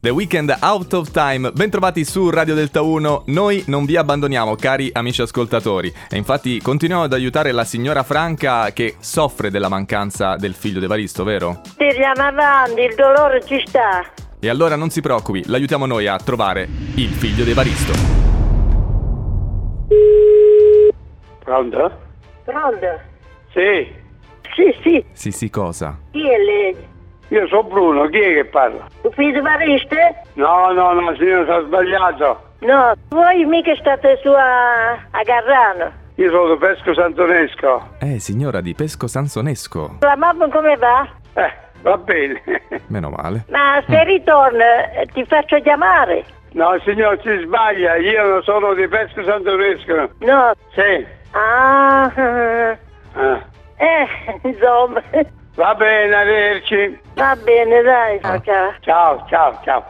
The Weekend Out of Time, bentrovati su Radio Delta 1, noi non vi abbandoniamo cari amici ascoltatori e infatti continuiamo ad aiutare la signora Franca che soffre della mancanza del figlio di Evaristo, vero? Tiriamo avanti, il dolore ci sta. E allora non si preoccupi, l'aiutiamo noi a trovare il figlio di Evaristo. Pronto? Pronto? Sì, Sì, sì, Sì sì cosa? chi è lei? io sono Bruno, chi è che parla? Tu figlio variste? No, no, no, signore, sono sbagliato. No, voi mica state su a, a Garrano. Io sono Pesco Santonesco. Eh signora di Pesco Sansonesco, La mamma come va? Eh, va bene. meno male. Ma se ritorna eh, ti faccio chiamare. No, signor, si sbaglia, io non sono di Pesco Santonesco. No. Sì, Ah, ah, eh. eh, insomma, va bene, arrivederci. va bene, dai, ciao, Ah. ciao. Ciao, ciao, ciao.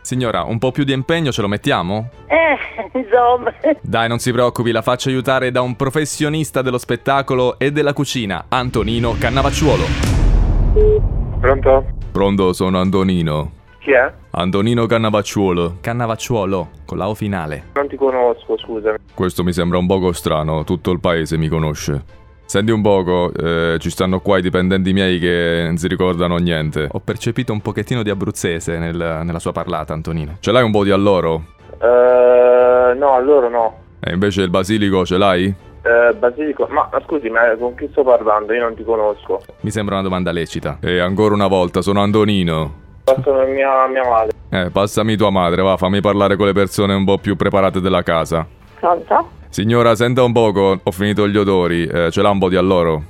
Signora, un po' più di impegno ce lo mettiamo? Eh, insomma, Dai, non si preoccupi, la faccio aiutare da un professionista dello spettacolo e della cucina, Antonino Cannavacciuolo. Pronto? Pronto, sono Antonino. Chi è? Antonino Cannavacciuolo. Cannavacciuolo, con la O finale. Non ti conosco, scusami. Questo mi sembra un poco strano, tutto il paese mi conosce. Senti un poco, eh, ci stanno qua i dipendenti miei che non si ricordano niente. Ho percepito un pochettino di abruzzese nel- nella sua parlata, Antonino. Ce l'hai un po' di alloro? Eh, no, allora no. E invece il basilico ce l'hai? Eh, Basilico, ma ma scusi, ma con chi sto parlando? Io non ti conosco. Mi sembra una domanda lecita. E ancora una volta, sono Antonino. Sono mia, mia madre. Eh, passami tua madre, va, fammi parlare con le persone un po' più preparate della casa. Pronto? Signora, senta un poco, ho finito gli odori, eh, ce l'ha un po' di alloro?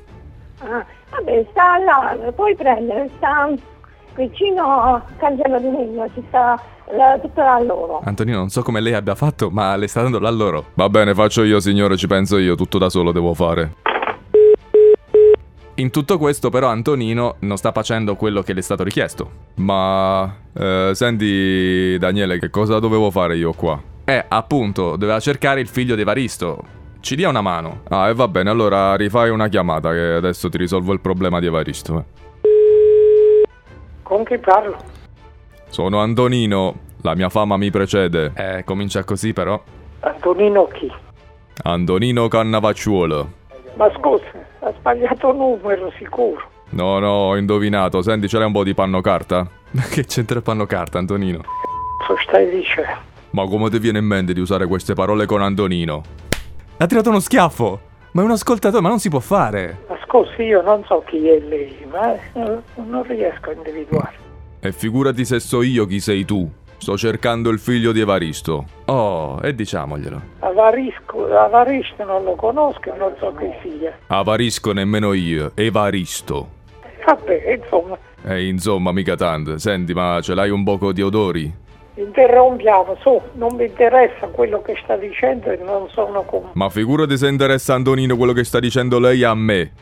Ah, vabbè, sta là, puoi prendere, sta vicino al Cancello di Legno, ci sta la- tutta la loro. Antonino, non so come lei abbia fatto, ma le sta dando l'alloro. Va bene, faccio io, signore, ci penso io, tutto da solo devo fare. In tutto questo, però, Antonino non sta facendo quello che le è stato richiesto. Ma. eh, senti, Daniele, che cosa dovevo fare io qua? Eh, appunto, doveva cercare il figlio di Evaristo. Ci dia una mano. Ah, e va bene, allora rifai una chiamata, che adesso ti risolvo il problema di Evaristo. eh. Con chi parlo? Sono Antonino, la mia fama mi precede. Eh, comincia così, però. Antonino chi? Antonino Cannavacciuolo. Ma scusa, ha sbagliato numero, sicuro. No, no, ho indovinato. Senti, ce l'hai un po' di panno carta? Ma che c'entra il panno carta, Antonino? Cosa stai dicendo? Ma come ti viene in mente di usare queste parole con Antonino? Ha tirato uno schiaffo! Ma è un ascoltatore, ma non si può fare! Ma scusi, io non so chi è lei, ma eh, non riesco a individuare. E figurati se so io chi sei tu. Sto cercando il figlio di Evaristo. Oh, e diciamoglielo. Avarisco, Avaristo non lo conosco, non so chi sia. Avarisco nemmeno io, Evaristo. Vabbè, insomma, E insomma, mica tanto. Senti, ma ce l'hai un poco di odori? interrompiamo, su, non mi interessa quello che sta dicendo e non sono con... Ma figurati se interessa Antonino quello che sta dicendo lei a me.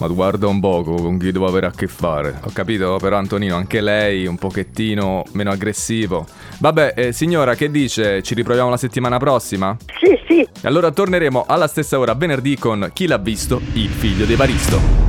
Ma guarda un poco con chi devo avere a che fare. Ho capito, però Antonino, anche lei un pochettino meno aggressivo. Vabbè, eh, signora, che dice? Ci riproviamo la settimana prossima? sì, sì. E Allora torneremo alla stessa ora venerdì con Chi l'ha visto? Il figlio di Evaristo.